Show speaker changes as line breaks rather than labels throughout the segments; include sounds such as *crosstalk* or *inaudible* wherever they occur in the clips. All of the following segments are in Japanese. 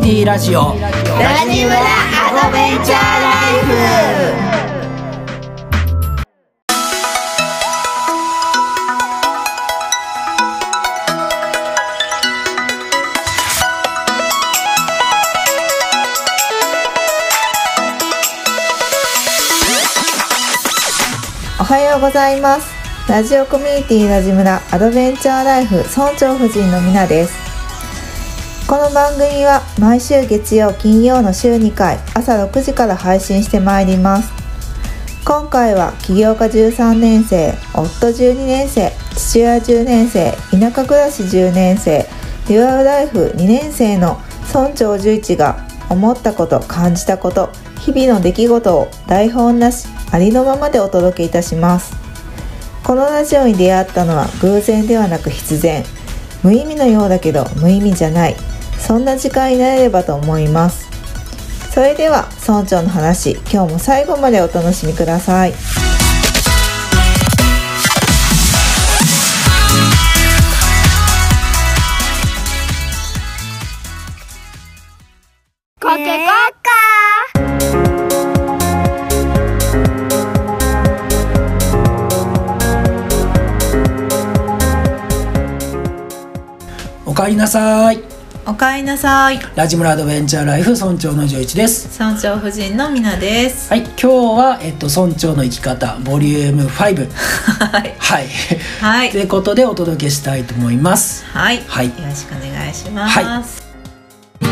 ティラジオ
ラジムラアドベンチャーライフ
おはようございますラジオコミュニティラジムラアドベンチャーライフ村長夫人のみなですこの番組は毎週月曜金曜の週2回朝6時から配信してまいります今回は起業家13年生夫12年生父親10年生田舎暮らし10年生デュアルライフ2年生の村長十一が思ったこと感じたこと日々の出来事を台本なしありのままでお届けいたしますこのラジオに出会ったのは偶然ではなく必然無意味のようだけど無意味じゃないそんな時間になれればと思いますそれでは村長の話今日も最後までお楽しみください
コケコッカ
おかえりなさい
おかえりなさい
ラジムラアドベンチャーライフ村長の十一です
村長夫人のみなです
はい今日はえっと村長の生き方ボリューム5
はい
はい
は
ということでお届けしたいと思います
はい
はい
ろしくお願いし、
はい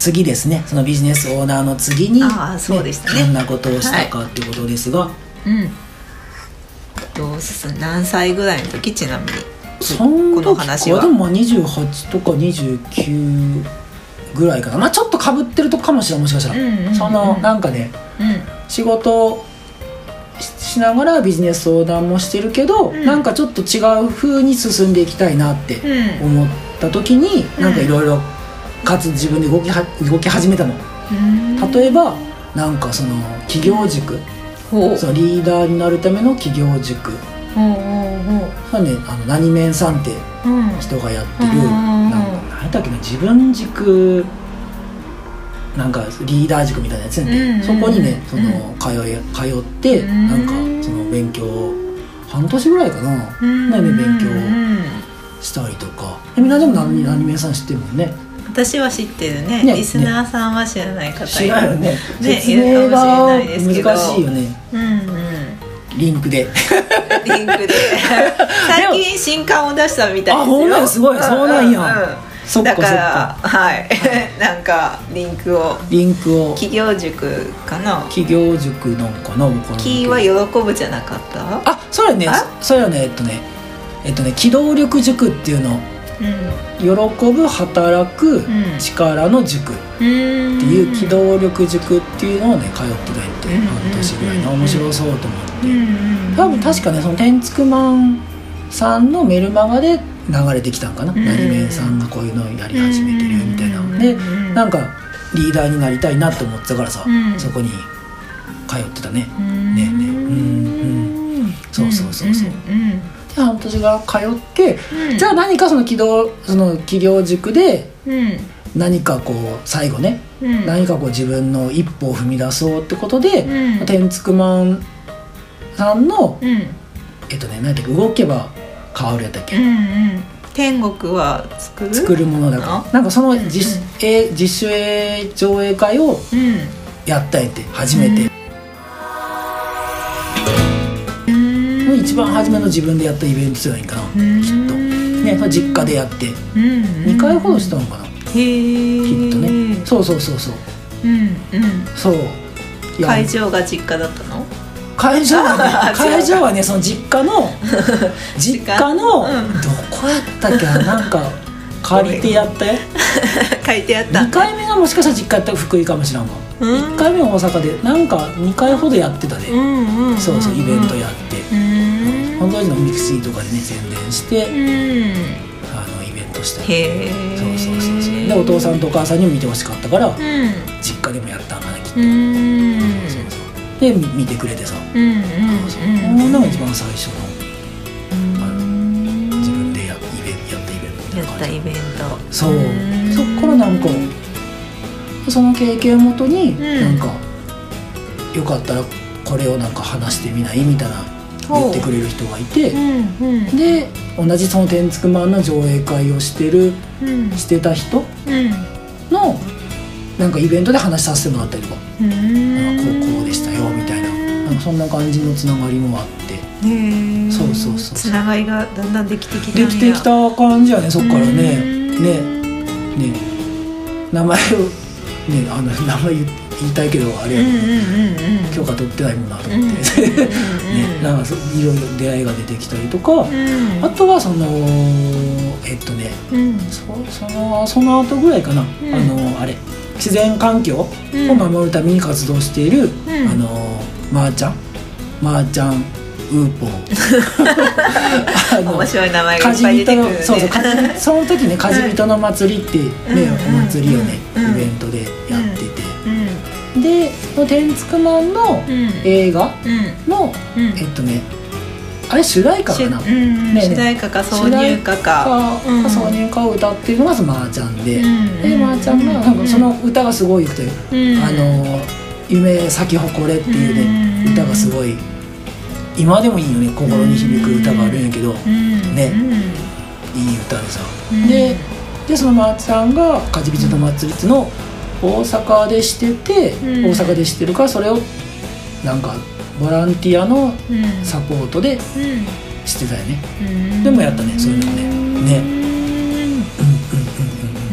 次ですねそのビジネスオーナーの次に
あーそうでしたね
どんなことをしたかっていうことですが、
うんどうすす何歳ぐらいの時ちなみに
そん
この話は
でもまあ28とか29ぐらいかなまあちょっとかぶってるとこかもしれないもしかしたら、
うんうんうん
そのなんかね
う
仕事をししながらビジネス相談もしてるけど、
うん
なんかちょっと違う風に進んでいきたいなって
んうん
思った時に、
うん
なんかいろいろかつ自分で動きは動き始めたの
うん
例えばなんかその企業塾、
ほう
そのリーダーになるための企業塾
ほうほう
まあね、あの何面さんって
ほううん
人がやってる、
うん
なんか何だっけな自分軸なんかリーダー軸みたいなやつやね、
うんうん
そこにねその
う
通い通って、
うん
なんかその勉強を半年ぐらいかな
うん
なんで勉強を
うん
したりとかえみんなでも何何名さん知ってるもんね
私は知ってるね
ね
リスナーさんは知らない方
知らないよね
ね
説明が
いるかもしれないですけど
難しいよね
うんうん
リンク
*laughs*
で
リンク
*laughs*
で最近新刊を出したみたいですよ
あほんまやすごいそうなんやそっか
だ
そ
か
っ
ら
か
はい *laughs* なんかリンクを
リンクを
企業塾かな
企業塾なんかな僕の
キーは喜ぶじゃなかった
あそうやね
あ
そうやねえっとねえっとね機動力塾っていうの
うん
喜ぶ働く
ん
力の塾って
うーん
いうう機動力塾っていうのをね通ってたって
うん
半年ぐらいの
うん
面白そうと思
ん
って
うん
多分確かねその天竺マンさんのメルマガで流れてきたんかな
うん
何面さんがこういうのをやり始めてるみたいな
うん
で
うん
なんかリーダーになりたいなと思ってたからさ
うん
そこに通ってたね
うん
ねえねえうん
うん
そうそうそうそうんで半年が通って
うんうん
じゃあ何かその起動その企業塾で
うん
何かこう最後ね、
うん
何かこう自分の一歩を踏み出そうってことで、
うん
天竺マンさんの、
うんうん
えっとね何だっけ動けば変わるやったっけ、
うん天国は作る
作るものだから、なんかその実,、
うん
え自主映上映会を
うん
やったんやって初めて、
うん
一番初めの自分でやったイベントじゃないかな、
うん
きっと、ねそれ実家でやって
うん
2回ほどしたのかな、
へえ
きっとねそうそうそうそう
うんうん
そういや
会場が実家だったの
会場
*laughs*
はね
違う
会場はねその実家
*laughs*
の実家の、
うん
どこやったっけななん
*laughs*
か借りてやったよ
*laughs* 書いてあった
2回目がもしかしたら実家やったら福井かもしらんわ
うん
1回目は大阪でなんか2回ほどやってたで、
うんうん
そうそうイベントやって、
うん
本当にのミクシーとかでね宣伝して、
うん
あのイベントしたり
へえ
そうそうそうそうでお父さんとお母さんにも見てほしかったから
うん
実家でもやったんだねきっと、
うん
そうそうでみ見てくれてさ、
うん
そうそうこ
うんうん
んなのが一番最初の
うん
自分でやイベンやったイベントみたい
や
な
っ
感
た
じ
イベント
そう
うん
そっからなんかその経験をもとに、
うん
なんかよかったらこれをなんか話してみないみたいな言ってくれる人がいて、
うん
で同じその天竺マンの上映会をしてる
うん
してた人
うん
のなんかイベントで話させてもらったりとか
う
「なん
ん
かこうこうでしたよ」みたいななんかそんな感じのつながりもあって
ねえ
そうそうそう
つながりがだんだんできてきたん
で
や
きてきた感じやねそっからね
うん
ねね名前をねあの名前言いたいけどあれ
うん
や
う
けど
んうんうん
許可取ってないもんなと
うんうん
思って、 *laughs* ね
うん
なんかそういろいろ出会いが出てきたりとか、
うん
あとはそのえっとね
うん
そそのその後ぐらいかな、あ
ん
のあれ自然環境を
うん
守るために活動している、
うん
あのまー、ちゃんまー、ちゃんウーポ
*laughs*
ーあの
面白い名前が
カ
いっ
ジ
ぱい
ビ
出て
ト
くる
の
ね *laughs*
そうそうカジビその時ねカジビトの祭りってね、
うん
お祭りをね、
うん
イベントでやってて、
うん
でその天竺マンの
うん
映画
うん
の、
うん
えっとねあれ主題歌
し
かな、
うん
ねえねえ
主題歌か挿入歌か
か
うん
挿入歌を歌ってるのがそのまーちゃんで、で
え
まーちゃんがなんかその歌がすごいよくて、あの「夢咲き誇れ」っていうね、
うん
歌がすごい今でもいいよね心に響く歌があるんやけど、ねいい歌でさ、
うん
ででそのまーちゃんが「かじびちの祭り」っていうのを大阪でしてて、
うん
大阪でしてるからそれをなんかボランティアの
うん
サポートで
うん
してたよね
うん
でもやったねそういうのもねねうんうんうんうん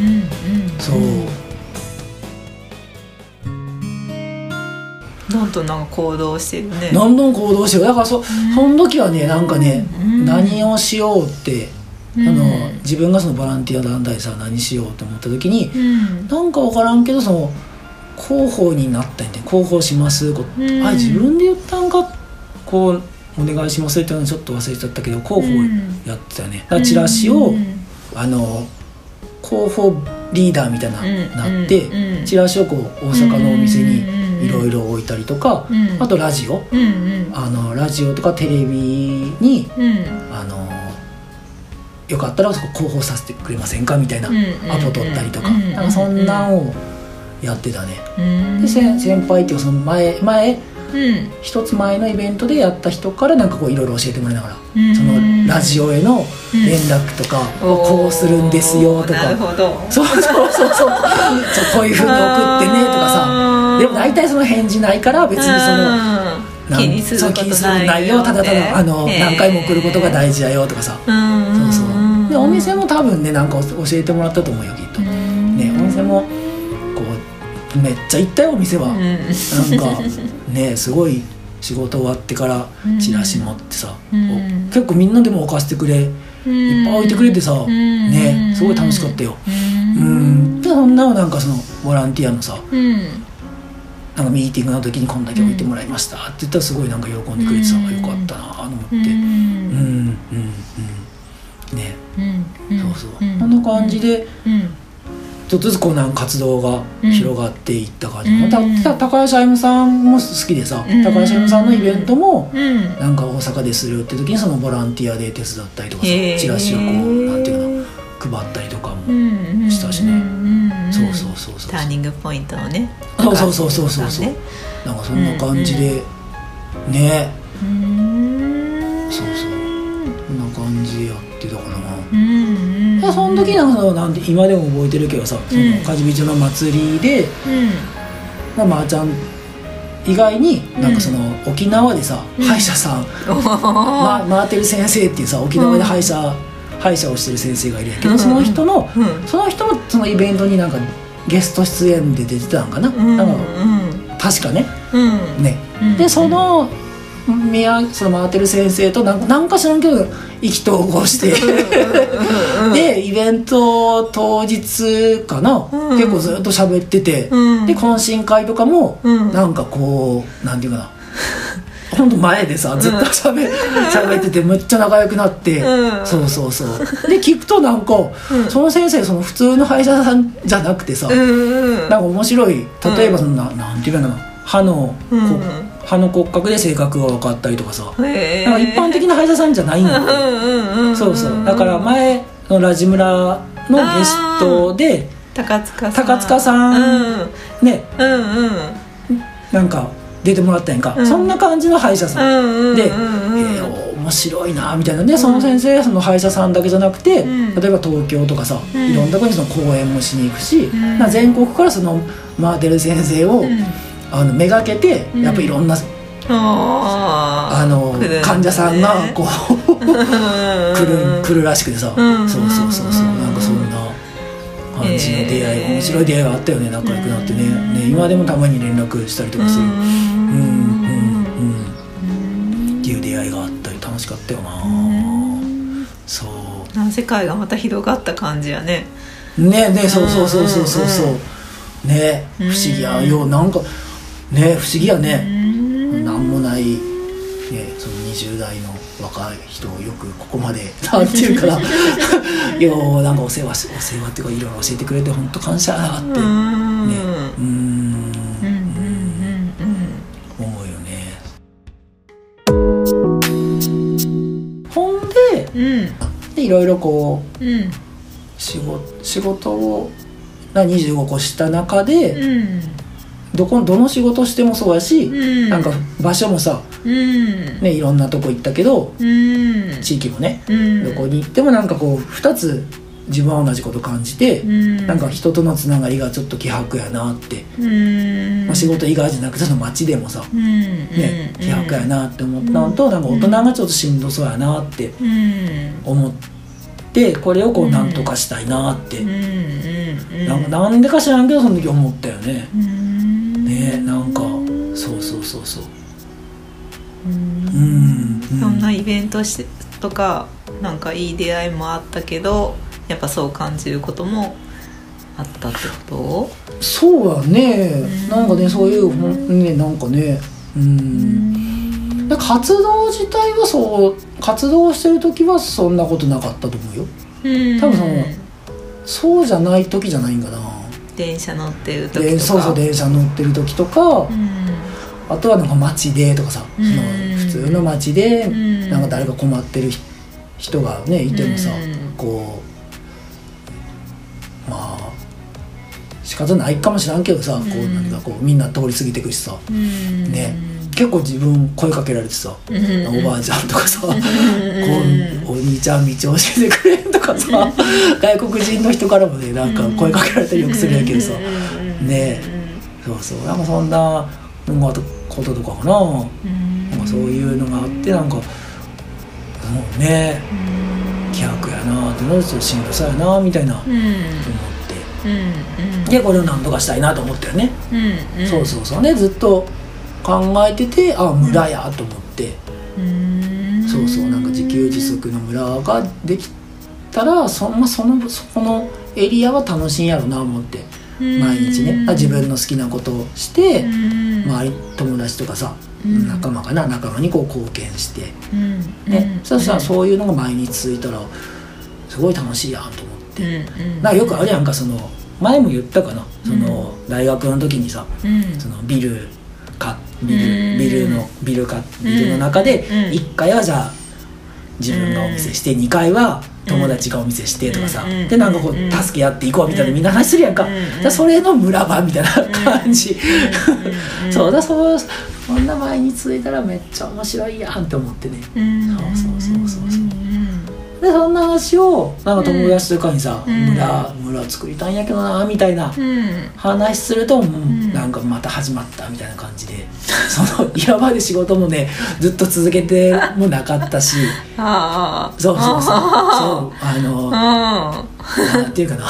うんうんうん
そう、
どんどんなんか行動してるね
どんどん行動してよだからそその時はねなんかね、
うん
何をしようって、
うん
あの自分がそのボランティア団体さ何しようと思った時に、
うん
なんか分からんけどその広報になったんやね広報しますこう
うん
あ自分で言ったんかこうお願いしますっていうのちょっと忘れちゃったけど広報
うん
やってたよね、だからチラシを、
うん
あの広報リーダーみたいな、
うん
なって、
うん
チラシをこう大阪のお店
うん
にいろいろ置いたりとか、
うん
あとラジオ
うんうん
あのラジオとかテレビに
うん
あのよかったらそこ広報させてくれませんかみたいな
うんうんうん
アポ取ったりとか
うんうんうん
なんかそんなんをやってたね。
うん
で先先輩っていうかその前前
うん
一つ前のイベントでやった人からなんかこういろいろ教えてもらいながら、
うん
そのラジオへの連絡とか、こうするんですよと
おーな
か
るほど
そうそうそうそうそうこういうふうに送ってねとかさ
あー
でも大体その返事ないから別にその
うん気にする
そう
こと
気にする
ない
内容ただただあの何回も送ることが
事
大事だよとかさ
そう
そうそうでお店
も
も多分ねなんか教えてもらったと思うよきっとね
ね
お店もこうめっちゃ行ったよお店はなんかねすごい仕事終わってからチラシ持ってさ
うん
お結構みんなでも置かせてくれいっぱい置いてくれてさねすごい楽しかったようんでそんなのなんかそのボランティアのさ
うん
なんかミーティングの時にこんだけ置いてもらいましたって言ったらすごいなんか喜んでくれてさ、
うん
よかったなと思って
う
うんんうんうんね
うん
そうそう、
ん
こんな感じで
うん
ちょっとずつこうなんか活動が広がっていった感じ、
うん
またた高橋歩夢さんも好きでさ、
うん
高橋歩夢さんのイベントも
うん
なんか大阪でするよって時にそのボランティアで手伝ったりとかさ
へー
チラシをこうなんていうの配ったりとかも、
うんうん
したしね
うんんん
そうそうそうそう
ターニングポイントをね
そうそうそうそうそうそう
ね
なんかそんな感じで、ね
うん
そうそうこんな感じやってたからな、
うんうん
でその時なんかそのなんて今でも覚えてるけどさ、その
うん
カジビチの祭りで、
うん
まあ、まーちゃん以外になんかその沖縄でさ、
うん
歯医者さん、
お
ま、
ー
回ってる先生っていうさ沖縄で歯医者、歯医者をしてる先生がいるんやけど、
うん
その人の、
うん
その人もそのイベントになんかゲスト出演で出てたんかな、
うん
なんか確かね
うん
ね、
うん
でその宮その回ってる先生となんかなんか知らんけど意気投合して *laughs* でイベント当日かな、
うん
結構ずっと喋ってて、
うん
で懇親会とかも、
うん
なんかこうなんていうかなほんと前でさずっと喋,、喋っててむっちゃ仲良くなって、
うん
そうそうそうで聞くとなんか、その先生その普通の歯医者さんじゃなくてさ、
うんうん
なんか面白い例えばそんな、なんていうかな歯の、こ
うん
歯の骨格で性格が分かったりとかさ、
へー
なんか一般的な歯医者さんじゃないんだよ、
うんうんうんうん
そうそうだから前のラジムラのゲストで
高塚さん
高塚さん
うん
ね
うんうん
なんか出てもらったやんか、
うん
そんな感じの歯医者さん、
うんうんうんうん
で、えー面白いなみたいなねその先生、その歯医者さんだけじゃなくて、
うん
例えば東京とかさ、
うん
いろんなとこにその講演もしに行くし、
ん
まあ全国からそのマーテル先生を、
うん
あのめがけて
うん
やっぱいろんな、
あー
あの
来るね
患者さんがこう
うんうんうん
来る来るらしくてさ、
うん
そうそうそうそう
うん
なんかそんな感じの出会い、
へー
面白い出会いがあったよね仲良くなってね,、
うん
ね今でもたまに連絡したりと
う
かする。うん
ん
うんうん
うん
っていう出会いがあったり楽しかったよな、そう
なんか世界がまた広がった感じやね
ねねそうそうそうそうそうそう
うん
ね不思議やよなんかね不思議や
う
ね、
ん
なんもない、ね、その20代の若い人をよくここまで *laughs* なんていうかな
*laughs*
ようなんかお世話しお世話っていうかいろいろ教えてくれて本当感謝だなって
う
うんねーん
うんうんうん
思うよねほんで
うんうん
でいろいろこう
うん
仕事仕事をな25個した中で、
うん
どこどの仕事してもそうやし、
うん
なんか場所もさ、
うん
ね、いろんなとこ行ったけど
うん
地域もね、
うん
どこに行ってもなんかこう2つ自分は同じこと感じて、
うん
なんか人とのつながりがちょっと希薄やなって、
うん
まあ、仕事以外じゃなくてその街でもさ、
うんうん
ね希薄やなって思ったのと、なんか大人がちょっとしんどそうやなって
うんうん
思ってこれをこうなんとかしたいなって、
うんうん
なんかなんでか知らんけどその時思ったよね。
うん
ねなんかそうそうそうそう
うん
うんう
そん
ん
なイベントしとかなんかいい出会いもあったけどやっぱそう感じることもあったってこ
そうやね
ん
なんかねそういうほんねなんかねう
と
んで活動自体はそう活動してる時はそんなことなかったと思うよ
うん
多分そのそうじゃない時じゃないんかな
電車乗ってる時とか
でそうそう電車乗ってる時とか
うん
あとはなんか街でとかさその
うん
普通の街で
ん
なんか誰か困ってる人人がねいてもさ
うん
こうまあ仕方ないかもしらんけどさこう
うん
何かこうみんな通り過ぎてくしさ
うん
ね結構自分声かけられてさ
うんうん
おばあちゃんとかさこ
ん
うお兄ちゃん道教えてくれとかさ外国人の人からもねなんか声かけられたりよくするやけどさ
うん
ねそうそうなんかそんなのがあったこととかかな。
うん
なんかそういうのがあってなんかもうね気迫やなってなるとしんどさやなみたいな思っ
うん
て
うんうん
でこれを何とかしたいなと思ったよね、
うんうん
そうそうそうねずっと考えててあ村やと思って、
うん
そうそうなんか自給自足の村ができたらそ,、まあ、そのそこのエリアは楽しいんやろな思って毎日ねあ自分の好きなことをして
うん
周り友達とかさ
うん
仲間かな仲間にこう貢献して。
うん
ね、
うん
そしたらそういうのが毎日続いたらすごい楽しいやんと思って、
うんうん
なんかよくあるやんかその前も言ったかなその、大学の時にさ
うん
そのビルかビル
うん
ビルのビルか
ん
ビルの中で
うん
1階はじゃあ自分がお店して2階は友達がお店してとかさ、
うん
でなんかこう
うん
助け合っていこうみたいなみんな話するやんか、
うんうん
じゃあそれの村場みたいな感じ、
うん
そうだそうそんな前に続いたらめっちゃ面白いやんって思ってね
う
そ
ん
うそうそうそう
うん
でそんな話をなんか友達とかにさ、
うん
村村作りたいんやけどなみたいな
うん
話すると、もうんなんかまた始まったみたいな感じで *laughs* その今まで仕事もねずっと続けてもなかった *laughs* し
ああ
そうそうそうそうあの
あ
*laughs* なんていうか *laughs* な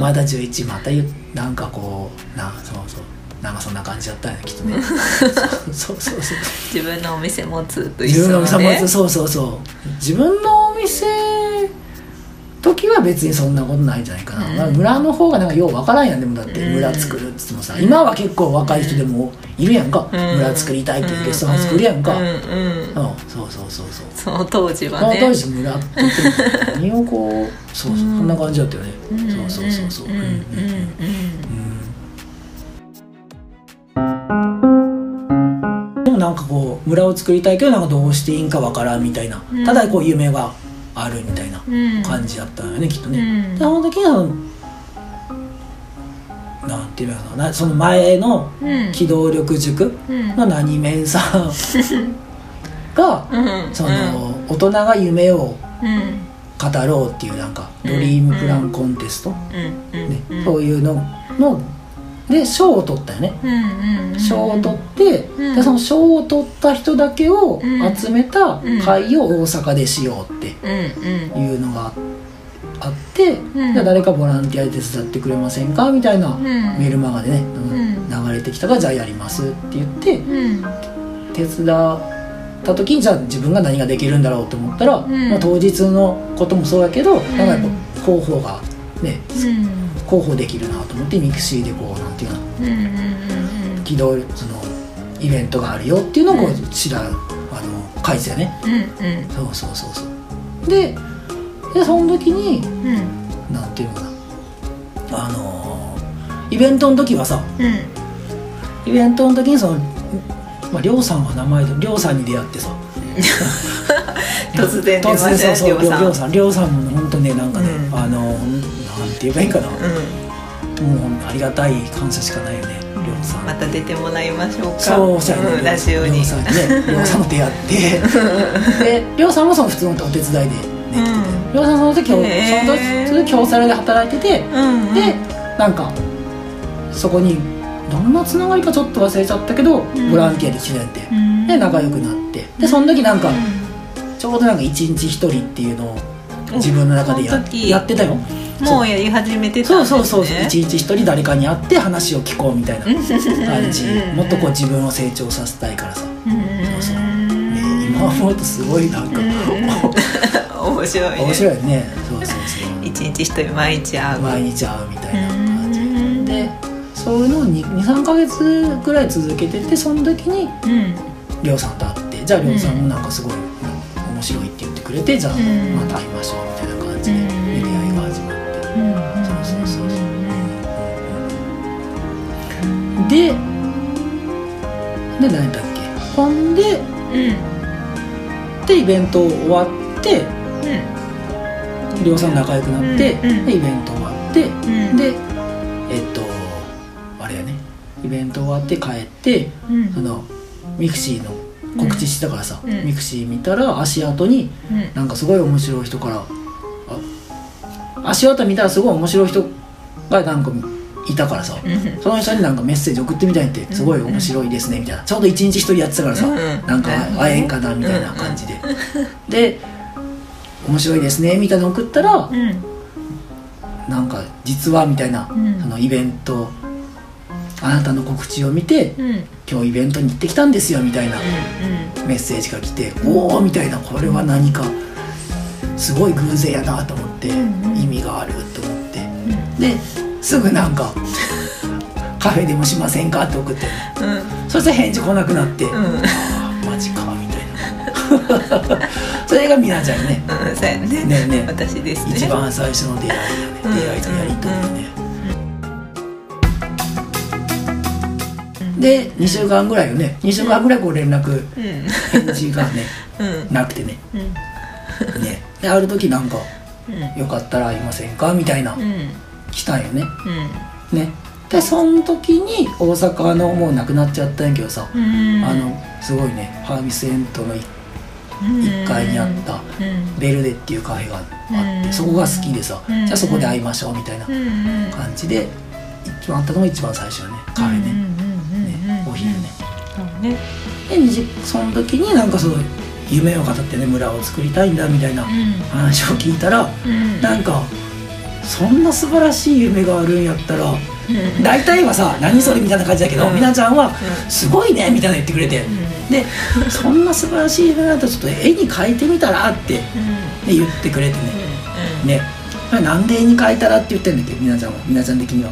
まだ11またゆなんかこうなそうそうなんかそんな感じだったんやきっと *laughs* ねそうそうそうそう
自分のお店持つと
自
一
分のお
緒
店
だね
もそうそうそう自分のお店時は別にそんなことないんじゃないかな、
うん
まあ村の方がなんかようわからんやんでもだって
うん
村作るっつってもさ今は結構若い人でもいるやんか、
うん
村作りたいっていうゲストハウス来るやんか、
う
うん
んうん
そうそうそうそう
その当時
そ
は
の
ね
当時村って言っても何をこうそうそう、
うん
こんな感じだったよね、
うん
そうそうそうそう
うん
う
うんん
う
うんん
うんでもなんかこう村を作りたいけどなんかどうしていいんかわからんみたいな、
うん
ただこう夢があるみたいな
うんうん
感じだったよねきっとね、
うん
でその時はなんていうのかなその前の
うん
機動力塾
うん
の何面さん
*laughs*
が
うん
その大人が夢を
うんうん
語ろうっていうなんかドリームプランコンテスト、
うんうん
ね
うん
そういうのので賞を取ったよね
うんうん
賞を取って、
うん
でその賞を取った人だけを
うん
集めた会を大阪でしようって
うん
いうのがあって、
ん
じゃあ誰かボランティアで手伝ってくれませんかみたいな
うん
メルマガでね、
ん
うん流れてきたからじゃあやりますって言って
うん
手伝った時にじゃあ自分が何ができるんだろうと思ったら、
ん
まあ、当日のこともそうだけど、なんかやっぱ候補がね
うん
候補できるなと思ってミクシーでこうなんていうの
うんうんうん
軌道そのイベントがあるよっていうのをこう知ら、あの返すよね
うん
そうそうそうそうででその時に
うん
なんていうのかなあのーイベントの時はさ
うん
イベントの時にその、まあ、りょうさんは名前でりょうさんに出会ってさ
突然出ま
突
したね
然そうそうりょう
りょうさん
りょうさんりょうさんも本当ねなんかね、
うん
あのーなんて言えばいいかな、
うん
もうありがたい感謝しかないよねりょうさん
また出てもらいましょうか
そうそうやね、
んラジオ
りょ
に
うさんにねりょうさんと出会ってでりょうさんもその普通のお手伝いでね、
う
りょうさんその時その
へー
時その時京セラで働いてて、
うんうん
でなんかそこにどんなつながりかちょっと忘れちゃったけど、
ん
ボランティアで来てて、
うん
で仲良くなってでその時なんか、
う
ちょうどなんか一日一人っていうのを自分の中で
そ
や
の時
やってたよ
んもうやり始めてたん
そ
で
う
す
そ
ね
うそうそう一日一人誰かに会って話を聞こうみたいな感じ
うん
もっとこう自分を成長させたいからさ、
うん
そうそうね、今思うとすごいなんか、
*laughs* *laughs* 面白いね
面白いねそうそうそ
一日一人毎日会
う
う
毎日会うみたいな感じ
うん
でそういうのを23か月ぐらい続けててその時に
うん
りょうさんと会ってじゃありょうさんもなんかすごい、面白いって言ってくれてじゃあ
ん
また会いましょうみたいな感じで
うん
出会いが始まって。そうそうそうそうでで何だっけほんで
うん
でイベント終わって量産仲良くなって、
うんうん
でイベント終わって、
うん
でえっとあれやねイベント終わって帰って
うんうん
そのミクシーの告知してたからさ、
うん
ミクシー見たら足跡に
うん
なんかすごい面白い人からあ足跡見たらすごい面白い人がなんかいたからさ、
うん
その人になんかメッセージ送ってみたいってすごい面白いですねみたいなちょうど一日一人やってたからさ、
うん
なんか会えんかなみたいな感じで、で面白いですねみたいなの送ったら、
うん
なんか実はみたいな、
ん
そのイベントあなたの告知を見て、
うんうん
今日イベントに行ってきたんですよみたいなメッセージが来て、おおみたいなこれは何かすごい偶然やなと思って、意味があると思って、ですぐなん
*laughs*
か「カフェでもしませんか?」って送って
うんうん
そして返事来なくなって「
うん
あーマジか」みたいな *laughs* それがみなちゃんね
うんそうやね
ねえねえ
私ですね
一番最初の出会いだね出会いとやりとりね、で2週間ぐらいよね2週間ぐらいこう連絡
うん
返事がね
うん
なくてね
うん
ねである時なんか
う
「
ん
よかったら会いませんか?」みたいな
うん
来たんよね
うん
ねでその時に大阪のもうなくなっちゃったんやけどさ、
うん
あのすごいねハービスエントの
うん
1階にあった
うん
ベルデっていうカフェがあって
うん
そこが好きでさ、
うん
じゃあそこで会いましょうみたいな
うんうん
感じで一番あったのが一番最初よねカフェ
うん
ね,、
うんうんうん
ね
うん
お昼ね
そうね
で二十その時になんかそう夢を語ってね村を作りたいんだみたいな
う
話を聞いたら、
んうん
なんかそんな素晴らしい夢があるんやったら
うん
大体はさ「何それ」みたいな感じだけど、
うん
みなちゃんは「
ん
すごいね」みたいなの言ってくれて、で「そんな素晴らしい夢なんてちょっと絵に描いてみたら」って、ね、
うん
言ってくれてね
うん
ねなんで絵に描いたらって言ってんだっけみなちゃんはみなちゃん的には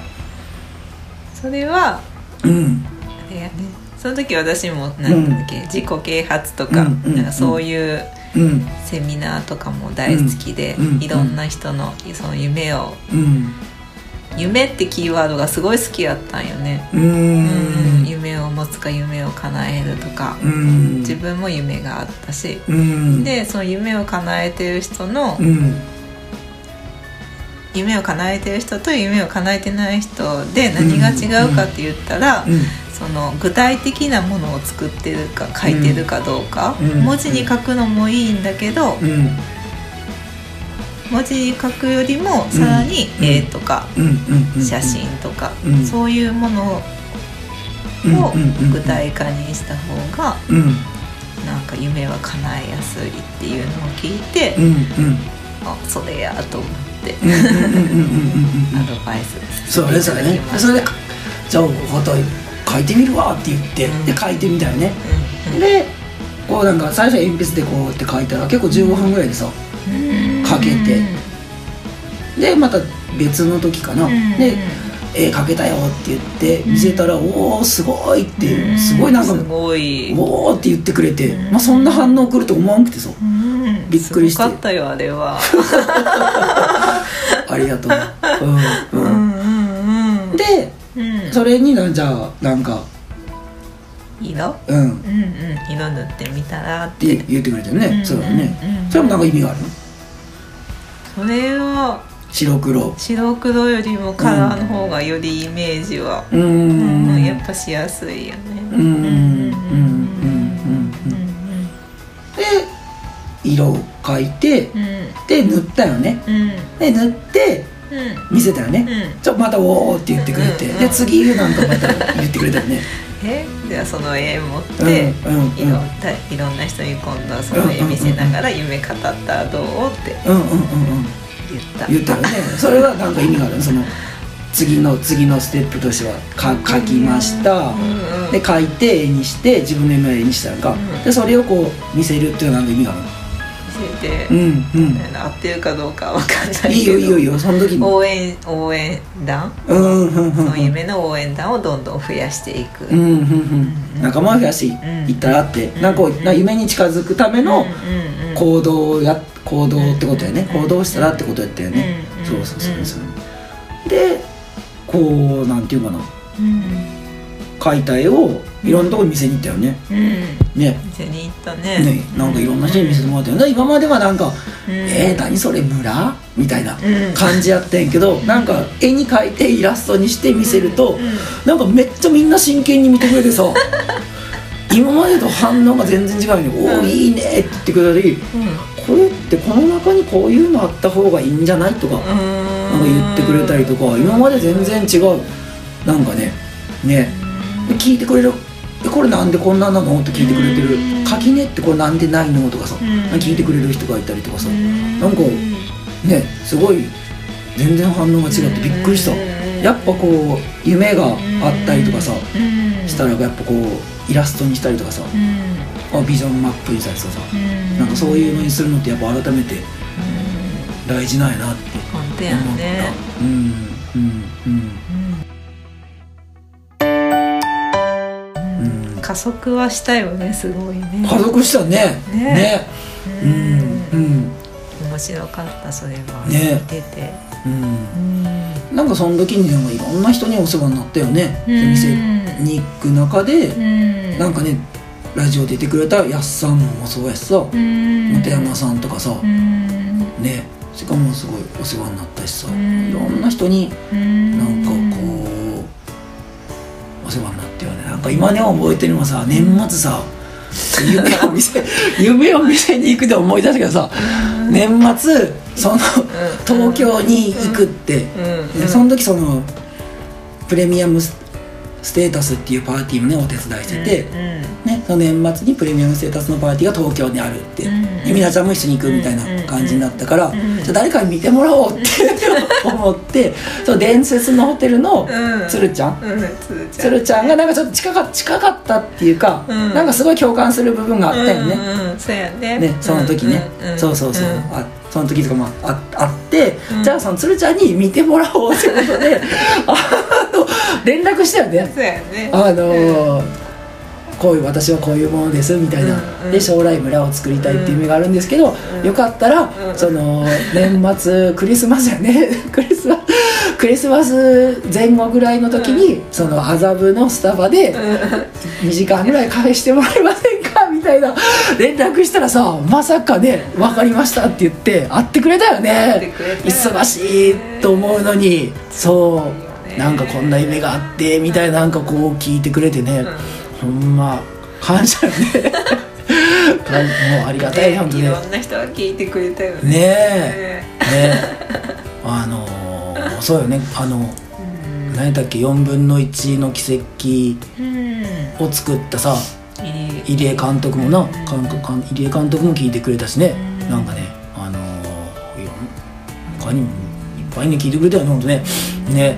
それは
うん
あれやねその時私もなんだっけ、自己啓発とか,、
うんうん
なんかそういう
うん
セミナーとかも大好きで、
うんうん
いろんな人のその夢を
うん
夢ってキーワードがすごい好きだったんよね、
う
うん、
ん
夢を持つか夢を叶えるとか、
うん
自分も夢があったし、
うん
でその夢を叶えてる人の
うん
夢を叶えてる人と夢を叶えてない人で何が違うかって言ったら、
うん
その具体的なものを作ってるか書いてるかどうか、
うん
文字に書くのもいいんだけど、
うん
文字に書くよりもさらに
うん
絵とか
うんうんうん
写真とか、
うん
そういうものを
うんうんうんうん
具体化にした方が
うん
なんか夢は叶えやすいっていうのを聞いて、
うんうん
あそれやと思って
うんうんうんうんうんうん
アドバイス
そう
い
ね
た
そ
だ
れ
き
ね
ました
それで「じゃあこと書いてみるわ」って言ってで書いてみたよねでこうなんか最初は鉛筆でこうって書いたら結構15分ぐらいでさ
うん
かけてでまた別の時かな
うん
で「絵描けたよ」って言って見せたら「おおすごい」っていうすごいなんか
すご
「
い
おお」って言ってくれて
うん
まあそんな反応来ると思わんくてさ
うん
びっくりして
すごかったよあれは
「ありがとう」う
*laughs*
う
うん
ん
んうんうん
で
うん
それになじゃあなんか
色
「うん」っ
うんうん色塗ってみたらって
て言ってくれてる
うんう
ね
ん
そうだね
うん
それもなんか意味があるの
それは
白黒
白黒よりもカラーの方がよりイメージは、
うー
うん
ん
うんやっぱしやすいよね
うんうんうんうんうんで色を描いて
うんうん
で塗ったよね
うん
で塗って
うん
見せたよね
うん
ちょまた「おー」って言ってくれて
うん
で次なんかまた言ってくれたよ
*laughs*
ね
えじゃあその絵持って、
うんうんうん
いろんないろんな人に今度はその絵見せながら夢語ったらどうって
うんうんうんうん
言った
言
*laughs*
ったよねそれはなんか意味があるのその次の次のステップとしてはか書きました、
うんうん
で書いて絵にして自分の夢を絵にしたのか、
うん
でそれをこう見せるっていうのはなんか意味があるの
見せて、
うんうん
合ってるかどうかわかんないけど
いいよいいよいいよその時に
応援応援団
うんうんうんう
そ
ん
の夢の応援団をどんどん増やしていく、
うんうんうん仲間を増やしていったらって、なんかこうなんか夢に近づくための
うんうん
行動をや行動ってことやね、
うん
行動したらってことやったよね、
うん
そうそうそうそう、でこうなんていうかな
うん
解体をいろんなとこに見せに行ったよね、
うん
ね
店に行ったね
ねなんかいろんな人に見せてもらったよね今まではなんか「
うん
えー、何それ村?」みたいな
うん
感じやってんけど、なんか絵に描いてイラストにして見せると、なんかめっちゃみんな真剣に見てくれてさ今までと反応が全然違うのに「おおいいね」って言ってくれたり
うんう
「これ
ん
ってこの中にこういうのあった方がいいんじゃない?」とか、なんか言ってくれたりとか今まで全然違うなんかねねで聞いてくれる「えこれなんでこんなんなの?」って聞いてくれてる
う
「
ん
垣根ってこれなんでないの?」とかさ
うん
なんか聞いてくれる人がいたりとかさ
うん
なんかねすごい全然反応が違ってびっくりした
うん
やっぱこう夢があったりとかさ
うん
したらやっぱこうイラストにしたりとかさ
うん
あビジョンマップにしたりとかさ
うん
なんかそういうのにするのってやっぱ改めて大事なんやなって
本当や
思っ
ね
たうんうんうんうん
加速はしたよねすごいね
家族したね
ね
ねう
うん
うん
面白かったそれは
ね
見てて
うん
うん
なんかその時にでもいろんな人にお世話になったよね
うん
お店に行く中で
うん
なんかねラジオ出てくれたやっさんもそうやしさ
うん
本山さんとかさ
うん
ねしかもすごいお世話になったしさ
うん
いろんな人に
うん
なんかこうお世話になってよねなんか今ね覚えてるのはさ年末さ夢を見せ *laughs* 夢を見せに行くで思い出したけどさ年末その東京に行くって
うん
でその時そのプレミアムスステータスっていうパーティーもねお手伝いしてて、ね、その年末にプレミアムステータスのパーティーが東京にあるって、
うんうん
でみなちゃんも一緒に行くみたいな感じになったから、じゃあ誰かに見てもらおうって思
*laughs*
ってその伝説のホテルの
うん
鶴ちゃん、
うんうんつーちゃん
鶴ちゃんがなんかちょっと近か近かったっていうか、
うん
なんかすごい共感する部分があったよね。
うんうんそうやね
ね、その時ね、
んんん
そうそうそう、
ん
あその時とかもあああって、
うん
じゃあその鶴ちゃんに見てもらおうってこと
*laughs*
であの連絡したよね
そうやね
あのーこういう私はこういうものですみたいな、
うんうん
で将来村を作りたいっていう夢があるんですけど、
うん
よかったら、
うん
その年末クリスマスやね *laughs* クリスマスクリスマス前後ぐらいの時に、その麻布のスタバで
うん
2時間ぐらい返してもらえませんかみたいな連絡したらさまさかね「分かりました」って言って会ってくれたよ
会って
ね
くれたよね
忙しいと思うのにそうなんかこんな夢があってみたいななんかこう聞いてくれてねほんま感謝よ
*laughs*
ね感もうありがたい本当
い
ね
ろんな人が聞いてくれたよね
ねえ
ね
ねあのーそうよねあの
うん
何だっけ4分の1の奇
うん
跡を作ったさ
入江
入江監督もなかんかん入江監督も聞いてくれたしね
うん
なんかねあのーいや他にもいっぱいね聞いてくれたよねほんとねね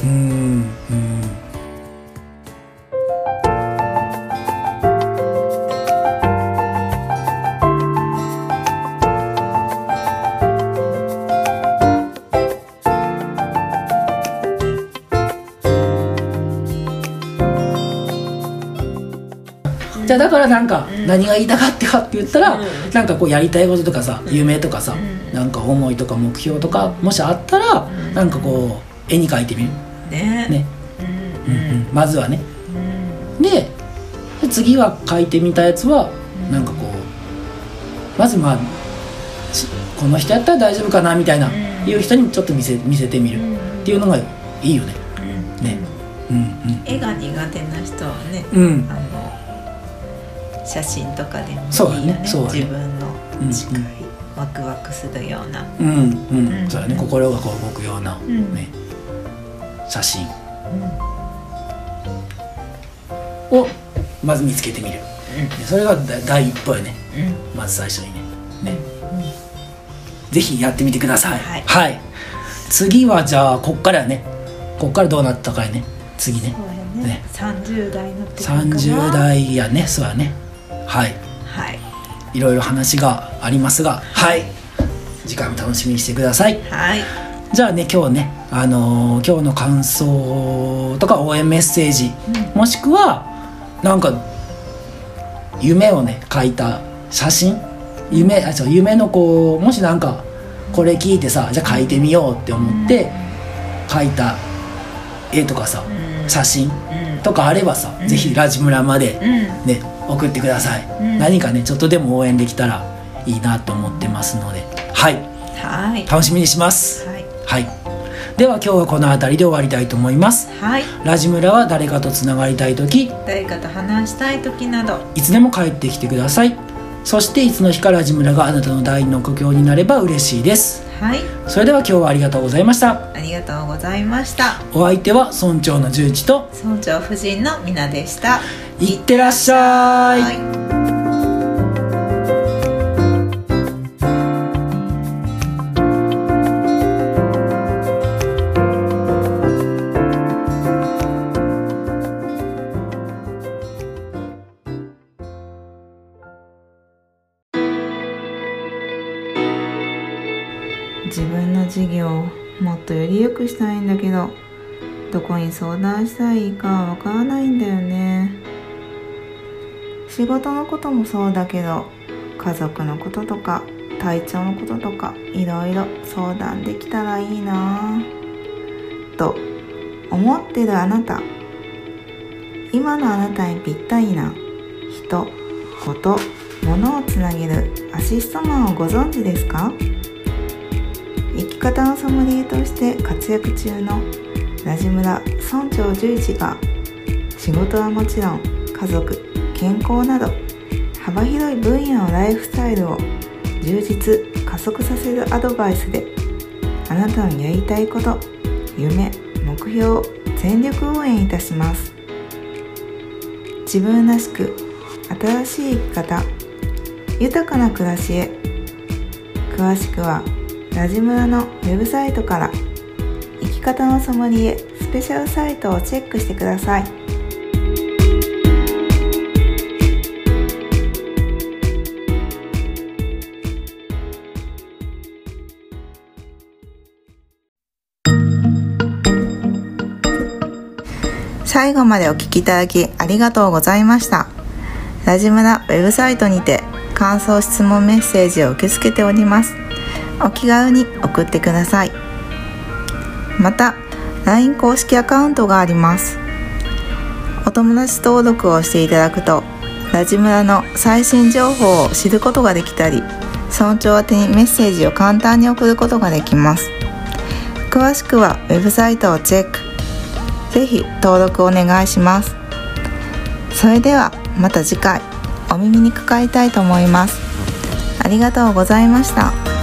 うーんうんじゃあだからなんか何が言いたかったかって言ったら、
うん
なんかこうやりたいこととかさ夢とかさ、
うん
なんか思いとか目標とかもしあったら、
ん
なんかこう絵に描いてみる、
ね
ね
うん
うんうんまずはね
うんうん
で次は描いてみたやつはなんかこうまずまあしこの人やったら大丈夫かなみたいな、
うん
いう人にちょっと見せ見せてみるっていうのがいいよね
うん
ねうん
絵が苦手な人はね
うんうん
あの写真とかでもいいよね
そうだねそうだね
自分の
うん
近い、ワクワクするような、
うんうん、
うん
そうだね心がこう動くような、
ん
ね写真をまず見つけてみる、でそれがだ第一歩よね
うん、
まず最初にねね、ぜひやってみてください
はい
次はじゃあこっからやねこっからどうなったかやね次ね
そうや
ね
ね30代の時かな
30代やねそうやねはい
はい
いろいろ話がありますがはい次回も楽しみにしてください
はい
じゃあね今日ね、あのー今日の感想とか応援メッセージ、もしくはなんか夢をね書いた写真夢あそう夢のこうもしなんかこれ聞いてさじゃあ書いてみようって思って書いた絵とかさ
うん
写真
うん
とかあればさ、
ん
ぜひラジムラまで
うん
ね送ってください、
ん
何かねちょっとでも応援できたらいいなと思ってますのではい
はい
楽しみにします
はい
はい。では今日はこの辺りで終わりたいと思います。
はい
ラジムラは誰かとつながりたいとき、
誰かと話したい時など
いつでも帰ってきてください。そしていつの日かラジムラがあなたの第二の故郷になれば嬉しいです。
はい
それでは今日はありがとうございました。
ありがとうございました
お相手は村長の十一と、
村長夫人のみなでした
いってらっしゃい。
はい自分の事業をもっとより良くしたいんだけどどこに相談したらいいかわからないんだよね仕事のこともそうだけど家族のこととか体調のこととかいろいろ相談できたらいいなぁと思ってるあなた今のあなたにぴったりな人こと物をつなげるアシストマンをご存知ですか生き方のソムリエとして活躍中のラジムラ村長十一が仕事はもちろん家族健康など幅広い分野のライフスタイルを充実加速させるアドバイスであなたのやりたいこと夢目標を全力応援いたします自分らしく新しい生き方豊かな暮らしへ詳しくはラジムラのウェブサイトから生き方のソムリエスペシャルサイトをチェックしてください最後までお聞きいただきありがとうございましたラジムラウェブサイトにて感想質問メッセージを受け付けておりますお気軽に送ってくださいまた LINE 公式アカウントがありますお友達登録をしていただくとラジムラの最新情報を知ることができたり村長宛てにメッセージを簡単に送ることができます詳しくはウェブサイトをチェックぜひ登録お願いしますそれではまた次回お耳にかかりたいと思いますありがとうございました。